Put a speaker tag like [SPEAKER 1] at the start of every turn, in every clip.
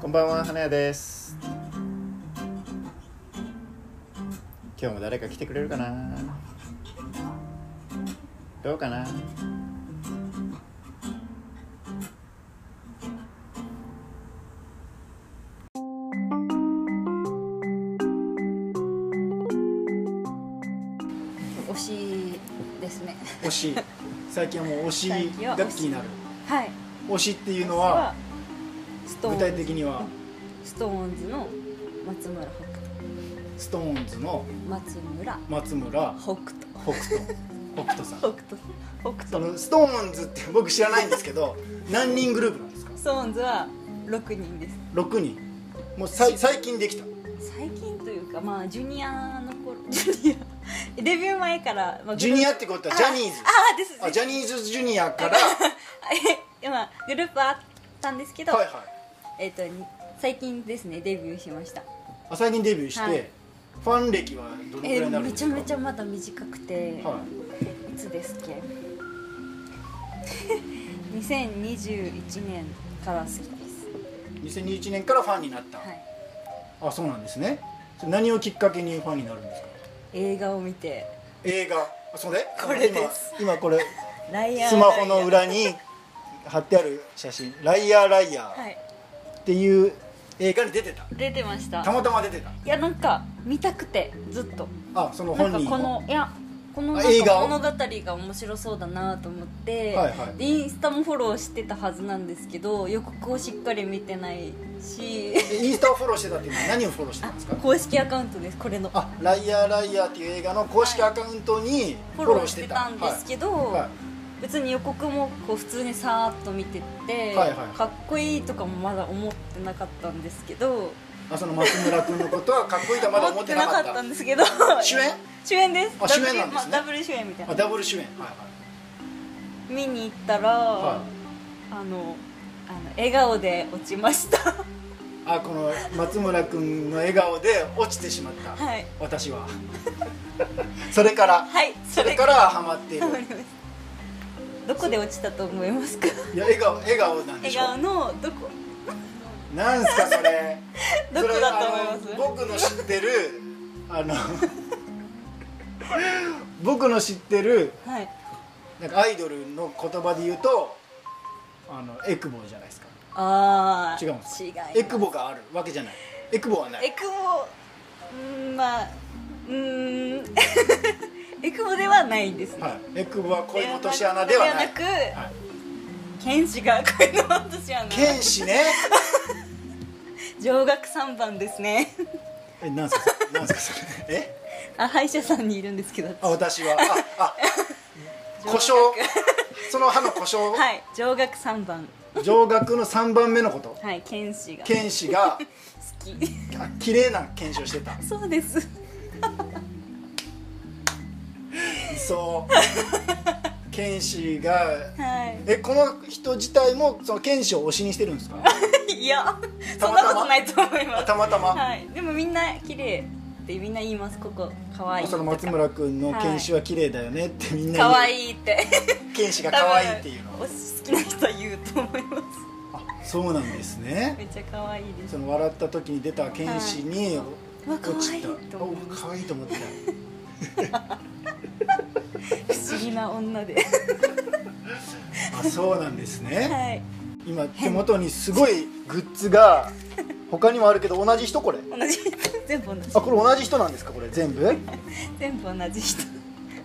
[SPEAKER 1] こんばんは、花屋です。今日も誰か来てくれるかな。どうかな。
[SPEAKER 2] 推しですね
[SPEAKER 3] 推し最近はもう推し
[SPEAKER 2] 最近は
[SPEAKER 3] が
[SPEAKER 2] 推
[SPEAKER 3] 好
[SPEAKER 2] し
[SPEAKER 3] きになる
[SPEAKER 2] はい
[SPEAKER 3] 推しっていうの
[SPEAKER 2] 私は
[SPEAKER 3] は
[SPEAKER 2] スト
[SPEAKER 3] 具
[SPEAKER 2] ー
[SPEAKER 3] 体
[SPEAKER 2] ン
[SPEAKER 3] 的には
[SPEAKER 2] ストーンズの松村北斗
[SPEAKER 3] ストーンズの
[SPEAKER 2] 松村
[SPEAKER 3] 松村
[SPEAKER 2] 北斗
[SPEAKER 3] 北斗北斗さん
[SPEAKER 2] 北斗北
[SPEAKER 3] そ
[SPEAKER 2] 斗
[SPEAKER 3] のストーンズって僕知らないんですけど何人グループなんですか
[SPEAKER 2] ストーンズは6人です
[SPEAKER 3] 6人もうさい最近できた
[SPEAKER 2] 最近というかまあジュニアの頃ジュニアデビュー前から、まあ、
[SPEAKER 3] ジュニア
[SPEAKER 2] あ
[SPEAKER 3] ってことはジャニーズ
[SPEAKER 2] あです
[SPEAKER 3] あ
[SPEAKER 2] で
[SPEAKER 3] ジ
[SPEAKER 2] す
[SPEAKER 3] ャニーズジュニアから
[SPEAKER 2] えまあグループあったんですけど、
[SPEAKER 3] はいはい
[SPEAKER 2] えっ、とに最近ですねデビューしました
[SPEAKER 3] あ最近デビューして、
[SPEAKER 2] はい
[SPEAKER 3] ファン歴はどのくらい
[SPEAKER 2] え
[SPEAKER 3] になるん
[SPEAKER 2] め
[SPEAKER 3] で
[SPEAKER 2] ち
[SPEAKER 3] す
[SPEAKER 2] ゃ
[SPEAKER 3] か
[SPEAKER 2] めちゃまだ短くて、
[SPEAKER 3] はい
[SPEAKER 2] つですっけ 2021年から好きです
[SPEAKER 3] い、2021年からファンになった、
[SPEAKER 2] はい
[SPEAKER 3] あそうなんですねそれ何をきっかけにファンになるんですか
[SPEAKER 2] 映画を見て
[SPEAKER 3] 映画あそれ
[SPEAKER 2] これです
[SPEAKER 3] 今今これ
[SPEAKER 2] 「ライアー
[SPEAKER 3] スマホの裏
[SPEAKER 2] に
[SPEAKER 3] に貼ってある写真「ライアーライア
[SPEAKER 2] は
[SPEAKER 3] ー」
[SPEAKER 2] い
[SPEAKER 3] っていう映画に出てた
[SPEAKER 2] 出てました
[SPEAKER 3] たまたま出てた
[SPEAKER 2] いやなんか見たくてずっと
[SPEAKER 3] あその
[SPEAKER 2] なん
[SPEAKER 3] 本
[SPEAKER 2] か
[SPEAKER 3] 人
[SPEAKER 2] このいやこのなん
[SPEAKER 3] あ映画
[SPEAKER 2] か
[SPEAKER 3] を
[SPEAKER 2] 物語が面白そうだなと思って、
[SPEAKER 3] はいはい
[SPEAKER 2] でインスタもフォローしてたはずなんですけど予告をしっかり見てないし
[SPEAKER 3] でインスタをフォローしてたっていうのは何をフォローしてたんですか
[SPEAKER 2] 公式アカウントですこれの
[SPEAKER 3] あ「ライアーライアー」っていう映画の公式アカウントにフ
[SPEAKER 2] フォ
[SPEAKER 3] ォ
[SPEAKER 2] ロ
[SPEAKER 3] ロ
[SPEAKER 2] ー
[SPEAKER 3] ー
[SPEAKER 2] し
[SPEAKER 3] してて
[SPEAKER 2] た
[SPEAKER 3] た
[SPEAKER 2] んですけど、
[SPEAKER 3] はいはい
[SPEAKER 2] 別に予告もこう普通にさーっと見てて、
[SPEAKER 3] はいはい
[SPEAKER 2] かっこいいとかもまだ思ってなかったんですけど
[SPEAKER 3] あその松村君のことはかっこいいとはまだ思ってなかっ
[SPEAKER 2] 思った
[SPEAKER 3] た
[SPEAKER 2] んですけど
[SPEAKER 3] 主演
[SPEAKER 2] 主演です
[SPEAKER 3] あ主演なんですね
[SPEAKER 2] ダブルまあダブル主演みたい
[SPEAKER 3] あ
[SPEAKER 2] な
[SPEAKER 3] ダブル主演はい
[SPEAKER 2] 見に行ったら、
[SPEAKER 3] はい、はい
[SPEAKER 2] あのあの笑顔で落ちました
[SPEAKER 3] あこの松村君の笑顔で落ちてしまった、
[SPEAKER 2] はい
[SPEAKER 3] 私は それから、
[SPEAKER 2] はい
[SPEAKER 3] そ
[SPEAKER 2] そ
[SPEAKER 3] れ
[SPEAKER 2] れ
[SPEAKER 3] からハマっている
[SPEAKER 2] わかりましたどこで落ちたと思いますか
[SPEAKER 3] いや笑顔笑顔なんで
[SPEAKER 2] 笑
[SPEAKER 3] しょ
[SPEAKER 2] 顔のどこ
[SPEAKER 3] なんすかそれ
[SPEAKER 2] どこだと思います
[SPEAKER 3] それあの僕の知ってるあの 僕の知ってる
[SPEAKER 2] はい
[SPEAKER 3] なんかアイドルの言葉で言うとあのエクボじゃないですか
[SPEAKER 2] ああ
[SPEAKER 3] 違うんですか
[SPEAKER 2] 違います
[SPEAKER 3] エクボがあるわけじゃないエクボはな
[SPEAKER 2] エ
[SPEAKER 3] い
[SPEAKER 2] クモうんまあうーんエクモではないんですね、
[SPEAKER 3] はい、エクボは恋の落とし穴ではない
[SPEAKER 2] ではなく、
[SPEAKER 3] はい
[SPEAKER 2] 剣士が恋の落とし穴
[SPEAKER 3] 剣士ね
[SPEAKER 2] 上学三番ですね
[SPEAKER 3] えなんすかそれなんすかそれえ
[SPEAKER 2] あ歯医者さんにいるんですけど
[SPEAKER 3] あ私は ああ
[SPEAKER 2] 上
[SPEAKER 3] 故
[SPEAKER 2] 学
[SPEAKER 3] 障その歯の故障、
[SPEAKER 2] はい上学三番
[SPEAKER 3] 上学の3番目のこと
[SPEAKER 2] はい剣士が好
[SPEAKER 3] 剣士が
[SPEAKER 2] き
[SPEAKER 3] あ綺麗な剣士をしてた
[SPEAKER 2] そうです
[SPEAKER 3] そう剣士が
[SPEAKER 2] は
[SPEAKER 3] えこの人自体もその剣士を推しにしてるんですか
[SPEAKER 2] いいやそ
[SPEAKER 3] た
[SPEAKER 2] ん
[SPEAKER 3] またま
[SPEAKER 2] なことないと思います
[SPEAKER 3] たまたま、
[SPEAKER 2] はいでもみんな綺麗ってみんな言いますここ可愛い
[SPEAKER 3] その松村君の剣士は綺麗だよねってみんな言う
[SPEAKER 2] 可愛いって
[SPEAKER 3] 剣士が可愛いっていうの
[SPEAKER 2] 多分お好きな人は言うと思います
[SPEAKER 3] あそうなんです
[SPEAKER 2] め
[SPEAKER 3] ね
[SPEAKER 2] っちゃ可愛いです
[SPEAKER 3] その笑った時に出た剣士に、
[SPEAKER 2] うわ
[SPEAKER 3] 落
[SPEAKER 2] 可愛
[SPEAKER 3] ち
[SPEAKER 2] い
[SPEAKER 3] た
[SPEAKER 2] と
[SPEAKER 3] お
[SPEAKER 2] 思う
[SPEAKER 3] 可愛いと思ってた
[SPEAKER 2] 不思議な女で
[SPEAKER 3] あそうなんですね、
[SPEAKER 2] はい
[SPEAKER 3] 今手元にすごいグッズが他にもあるけど同じ人これ
[SPEAKER 2] 同じ全部同じ
[SPEAKER 3] あこれ同じ人なんですかこれ全部
[SPEAKER 2] 全部同じ人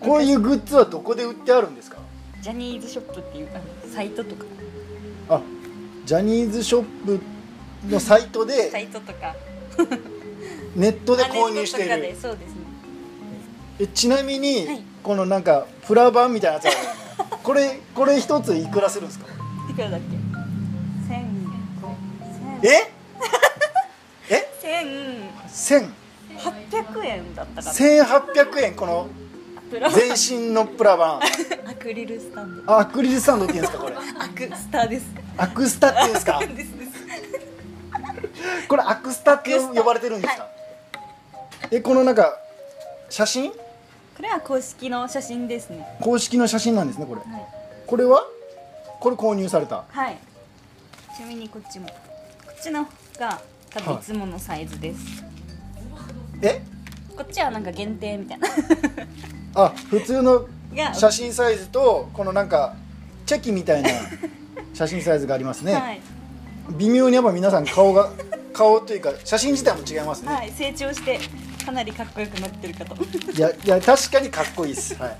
[SPEAKER 3] こういうグッズはどこで売ってあるんですか
[SPEAKER 2] ジャニーズショップっていうあのサイトとか
[SPEAKER 3] あジャニーズショップのサイト
[SPEAKER 2] サ
[SPEAKER 3] で
[SPEAKER 2] イトとか
[SPEAKER 3] ネットで購
[SPEAKER 2] ネ
[SPEAKER 3] 入
[SPEAKER 2] ッ
[SPEAKER 3] し
[SPEAKER 2] ト
[SPEAKER 3] て
[SPEAKER 2] と
[SPEAKER 3] い
[SPEAKER 2] かで
[SPEAKER 3] る
[SPEAKER 2] そうですね
[SPEAKER 3] えちなみに、
[SPEAKER 2] はい
[SPEAKER 3] このなんかプラ版みたいなやつあるこれこれ一ついくらするんですか
[SPEAKER 2] いくらだっけ千
[SPEAKER 3] ええ
[SPEAKER 2] 千
[SPEAKER 3] 千
[SPEAKER 2] 八百円だったかな
[SPEAKER 3] 千八百円この
[SPEAKER 2] プラ
[SPEAKER 3] 全身のプラ 版
[SPEAKER 2] アクリルスタンド
[SPEAKER 3] あアクリルスタンドって言うんですかこれ
[SPEAKER 2] アクスタです
[SPEAKER 3] アクスタっていうんですか
[SPEAKER 2] ですです
[SPEAKER 3] これアクスタって呼ばれてるんですか、
[SPEAKER 2] は
[SPEAKER 3] えこのなんか写真
[SPEAKER 2] これは公式の写真ですね
[SPEAKER 3] 公式の写真なんですねこれ
[SPEAKER 2] はい
[SPEAKER 3] これはこれ購入された
[SPEAKER 2] はいちなみにこっちもこっちのが多分いつものサイズです、
[SPEAKER 3] え
[SPEAKER 2] こっちはなんか限定みたいな
[SPEAKER 3] あ普通の
[SPEAKER 2] が
[SPEAKER 3] 写真サイズとこのなんかチェキみたい な写真サイズがありますね、
[SPEAKER 2] はい、
[SPEAKER 3] 微妙にやっぱ皆さん顔が顔というか写真自体も違いますね、
[SPEAKER 2] はい、成長してかなりかっこよくなってるかと
[SPEAKER 3] い、やいや確かにかっこいいです、はい、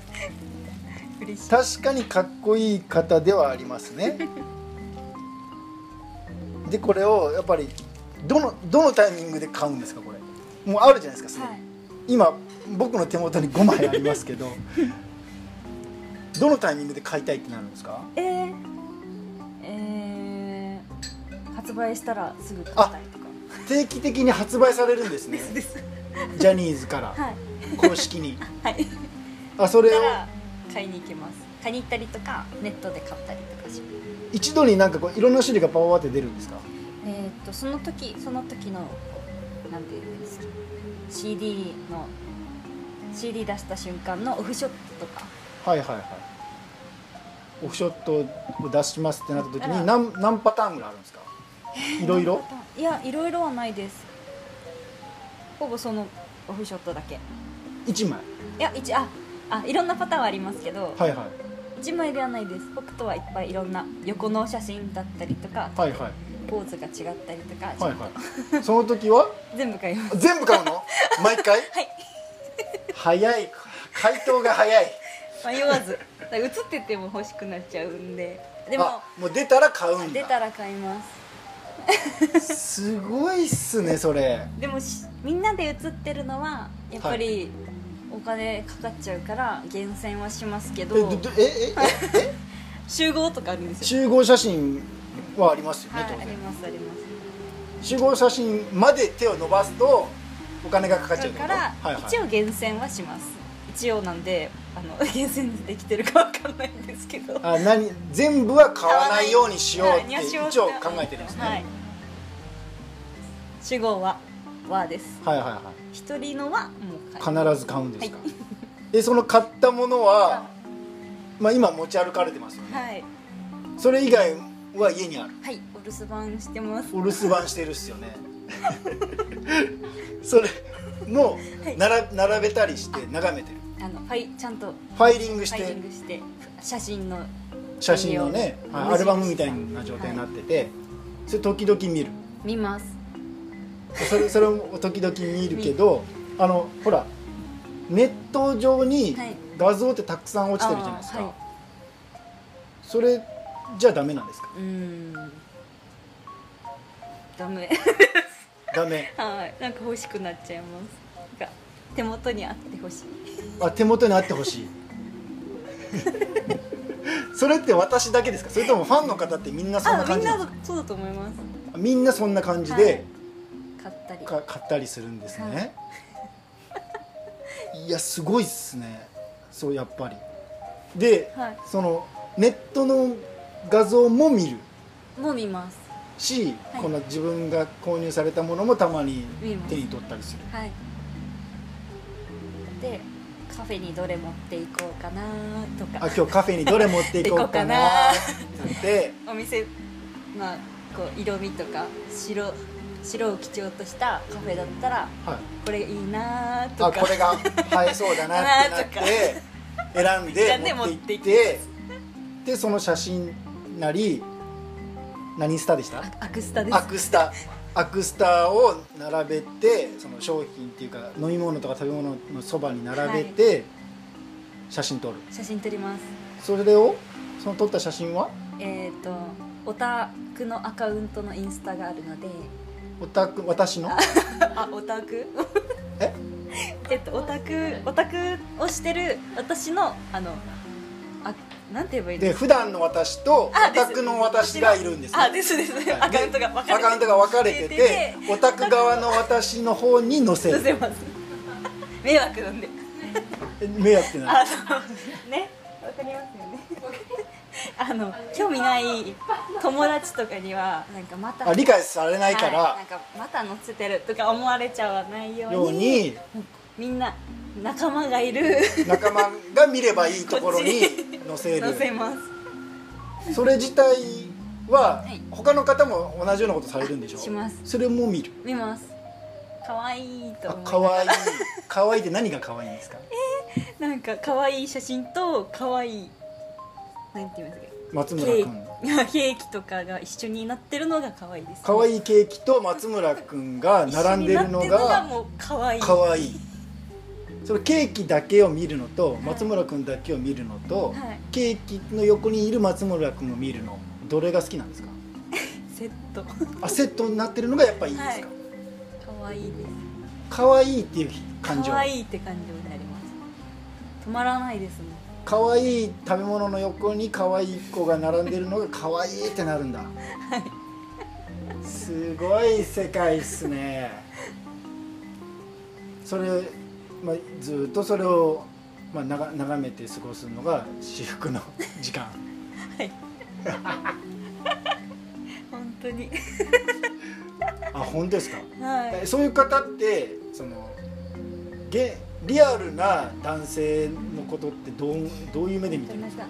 [SPEAKER 2] 嬉しい
[SPEAKER 3] 確かにかっこいい方ではあります ねでこれをやっぱりどのどのタイミングで買うんですかこれもうあるじゃないですかそれ、
[SPEAKER 2] はい
[SPEAKER 3] 今僕の手元に5枚ありますけどどのタイミングで買いたいってなるんですか
[SPEAKER 2] えー、えー、発売したらすぐ買ったりとか
[SPEAKER 3] 定期的に発売されるんですね
[SPEAKER 2] ですです
[SPEAKER 3] ジャニーズから
[SPEAKER 2] はい
[SPEAKER 3] 公式に
[SPEAKER 2] はい
[SPEAKER 3] あそれ
[SPEAKER 2] か
[SPEAKER 3] を
[SPEAKER 2] ら買いに行きます買いに行ったりとかネットで買ったりとかします
[SPEAKER 3] 一度になんかこういろんな種類がパワーって出るんですか
[SPEAKER 2] えーっとその時その時のなんていうんですか CD の CD 出した瞬間のオフショットとか
[SPEAKER 3] はいはいはいオフショットを出しますってなった時
[SPEAKER 2] あら
[SPEAKER 3] に何何パターンぐらいあるんですかいろいろ
[SPEAKER 2] いやいろいろはないですほぼそのオフショットだけ
[SPEAKER 3] 1枚
[SPEAKER 2] いや一ああいろんなパターンはありますけど、
[SPEAKER 3] はいはい
[SPEAKER 2] 一枚ではないです僕とはいっぱいいろんな横の写真だったりとか
[SPEAKER 3] はいはい
[SPEAKER 2] ポーズが違ったりとか、
[SPEAKER 3] はいはいその時は
[SPEAKER 2] 全部買います
[SPEAKER 3] 全部買 うの毎回
[SPEAKER 2] はい
[SPEAKER 3] 早い回答が早い
[SPEAKER 2] 迷わずだから写ってても欲しくなっちゃうんででも
[SPEAKER 3] あもう出たら買うんだ
[SPEAKER 2] 出たら買います
[SPEAKER 3] すごいっすねそれ
[SPEAKER 2] でもしみんなで写ってるのはやっぱりお金かかっちゃうから厳選はしますけ
[SPEAKER 3] え
[SPEAKER 2] ど
[SPEAKER 3] どどええええ
[SPEAKER 2] 集合とかあるんですよ
[SPEAKER 3] 集合写真はありますよ
[SPEAKER 2] は
[SPEAKER 3] ね
[SPEAKER 2] い
[SPEAKER 3] 当
[SPEAKER 2] あり
[SPEAKER 3] 然
[SPEAKER 2] ますあります
[SPEAKER 3] 集合写真まで手を伸ばすとお金がかかっちゃ
[SPEAKER 2] だ
[SPEAKER 3] うって
[SPEAKER 2] か
[SPEAKER 3] こと
[SPEAKER 2] ら、
[SPEAKER 3] はいはい
[SPEAKER 2] 一応厳選はします一応なんであの 厳選できてるかわかんないんですけど
[SPEAKER 3] あ何全部は買わないようにしようって
[SPEAKER 2] はい
[SPEAKER 3] 一応考えてるんですね、
[SPEAKER 2] はい集合ははです
[SPEAKER 3] はい、はいはい
[SPEAKER 2] 一人のはもう買い
[SPEAKER 3] 必ず買うんですか、でその買ったものは、まあ、今持ち歩かれてますよね、
[SPEAKER 2] はい
[SPEAKER 3] それ以外は家にある
[SPEAKER 2] はいお留守番してます
[SPEAKER 3] お留守番してるっすよね それも
[SPEAKER 2] はい
[SPEAKER 3] なら並べたりして眺めてる
[SPEAKER 2] あのファイちゃんと
[SPEAKER 3] ファイリングし
[SPEAKER 2] ファイリ
[SPEAKER 3] て
[SPEAKER 2] ングして写真の
[SPEAKER 3] 写真のね、
[SPEAKER 2] ファイリング
[SPEAKER 3] はいアルバムみたいな状態になってて、それ時々見る
[SPEAKER 2] 見ます
[SPEAKER 3] それそれも時々見るけどあのほらネット上に
[SPEAKER 2] はい
[SPEAKER 3] 画像ってたくさん落ちてるじゃないですか、
[SPEAKER 2] あーは
[SPEAKER 3] それじゃダメなんですか
[SPEAKER 2] うーんダメ
[SPEAKER 3] ダメ
[SPEAKER 2] はいなんか欲しくなっちゃいますなんか手元にあってほしい
[SPEAKER 3] あ手元にあってほ しいそれって私だけですかそれともファンの方ってみんなそんな
[SPEAKER 2] あみ
[SPEAKER 3] 感
[SPEAKER 2] ん
[SPEAKER 3] じ
[SPEAKER 2] な
[SPEAKER 3] なんです
[SPEAKER 2] そうだと思います
[SPEAKER 3] かみんなそんな感じで
[SPEAKER 2] 買ったり
[SPEAKER 3] か買ったりするんですね、 い、やすごいっすねそうやっぱりで、
[SPEAKER 2] はい
[SPEAKER 3] そのネットの画像も見る
[SPEAKER 2] もう見ます
[SPEAKER 3] し、
[SPEAKER 2] はい
[SPEAKER 3] この自分が購入されたものもたまに
[SPEAKER 2] 見ます
[SPEAKER 3] 手に取ったりする
[SPEAKER 2] はいでカフェにどれ持っていこうかなと
[SPEAKER 3] あ
[SPEAKER 2] か
[SPEAKER 3] 今日カフェにどれ持っていこうか なって
[SPEAKER 2] お店まあこう色味とか白白を基調としたカフェだったら
[SPEAKER 3] はい、
[SPEAKER 2] これいいなと
[SPEAKER 3] あ
[SPEAKER 2] か
[SPEAKER 3] これが映えそうだなってなって選ん
[SPEAKER 2] 選ん
[SPEAKER 3] で
[SPEAKER 2] で
[SPEAKER 3] 持っていっ
[SPEAKER 2] 持って
[SPEAKER 3] てでその写真なり何スタでした
[SPEAKER 2] アクスタです
[SPEAKER 3] アクスタアクスタを並べてその商品っていうか飲み物とか食べ物のそばに並べて、写真撮る
[SPEAKER 2] 写真撮ります
[SPEAKER 3] それをその撮った写真は
[SPEAKER 2] えっ、とオタクのアカウントのインスタがあるので
[SPEAKER 3] オタク私の
[SPEAKER 2] あオタク
[SPEAKER 3] え
[SPEAKER 2] えっとオタクオタクをしてる私のあのあなんて言えばいいの
[SPEAKER 3] で普段の私とオ
[SPEAKER 2] あです
[SPEAKER 3] タクの私がいるんですね
[SPEAKER 2] あですですね
[SPEAKER 3] はい
[SPEAKER 2] アカウントが分かれて
[SPEAKER 3] アカウントが分かれててオタク側の私の方に載せ
[SPEAKER 2] すい
[SPEAKER 3] る
[SPEAKER 2] ません迷惑なんで
[SPEAKER 3] 迷惑ってな
[SPEAKER 2] あ
[SPEAKER 3] る
[SPEAKER 2] のねわかりますよねあの興味ない友達とかにはなんかまた
[SPEAKER 3] あ理解されないか
[SPEAKER 2] はい
[SPEAKER 3] ら
[SPEAKER 2] なんかまた載せてるとか思われちゃわないように
[SPEAKER 3] ように
[SPEAKER 2] みんな仲間がいる
[SPEAKER 3] 仲間が見ればいいところに載せ
[SPEAKER 2] 載せ
[SPEAKER 3] る
[SPEAKER 2] ます
[SPEAKER 3] それ自体は、
[SPEAKER 2] はい
[SPEAKER 3] 他の方も同じようなことされるんでしょ
[SPEAKER 2] あします
[SPEAKER 3] それも見る
[SPEAKER 2] 見ます可愛いと
[SPEAKER 3] あ
[SPEAKER 2] 思い
[SPEAKER 3] 可愛い可愛いって何が可愛いんですか
[SPEAKER 2] なんか可愛い写真と可愛いなんて言いますか
[SPEAKER 3] 松村
[SPEAKER 2] ケ
[SPEAKER 3] 君
[SPEAKER 2] ーキ ケーキとかが一緒になってるのが可愛いです、
[SPEAKER 3] 可愛いケーキと松村君が並んでるの
[SPEAKER 2] 一緒になってる
[SPEAKER 3] が
[SPEAKER 2] もう可愛い
[SPEAKER 3] 可愛いそのケーキだけを見るのと松村君だけを見るのと、
[SPEAKER 2] はい
[SPEAKER 3] ケーキの横にいる松村君を見るのどれが好きなんですか
[SPEAKER 2] セット
[SPEAKER 3] あセットになってるのがやっぱいいんですか、
[SPEAKER 2] はい可愛いです
[SPEAKER 3] 可愛いっていう感情
[SPEAKER 2] 可愛いって感情であります止まらないですね
[SPEAKER 3] 可愛い食べ物の横に可愛い子が並んでるのが可愛いってなるんだすごい世界っすねそれ、まあ、ずっとそれを、まあ、なが眺めて過ごすのが至福の時間
[SPEAKER 2] 本当に
[SPEAKER 3] あ本当ですか
[SPEAKER 2] は
[SPEAKER 3] そういう方ってそのげリアルな男性のことってどうどういう目で
[SPEAKER 2] い
[SPEAKER 3] 見てるんですか
[SPEAKER 2] か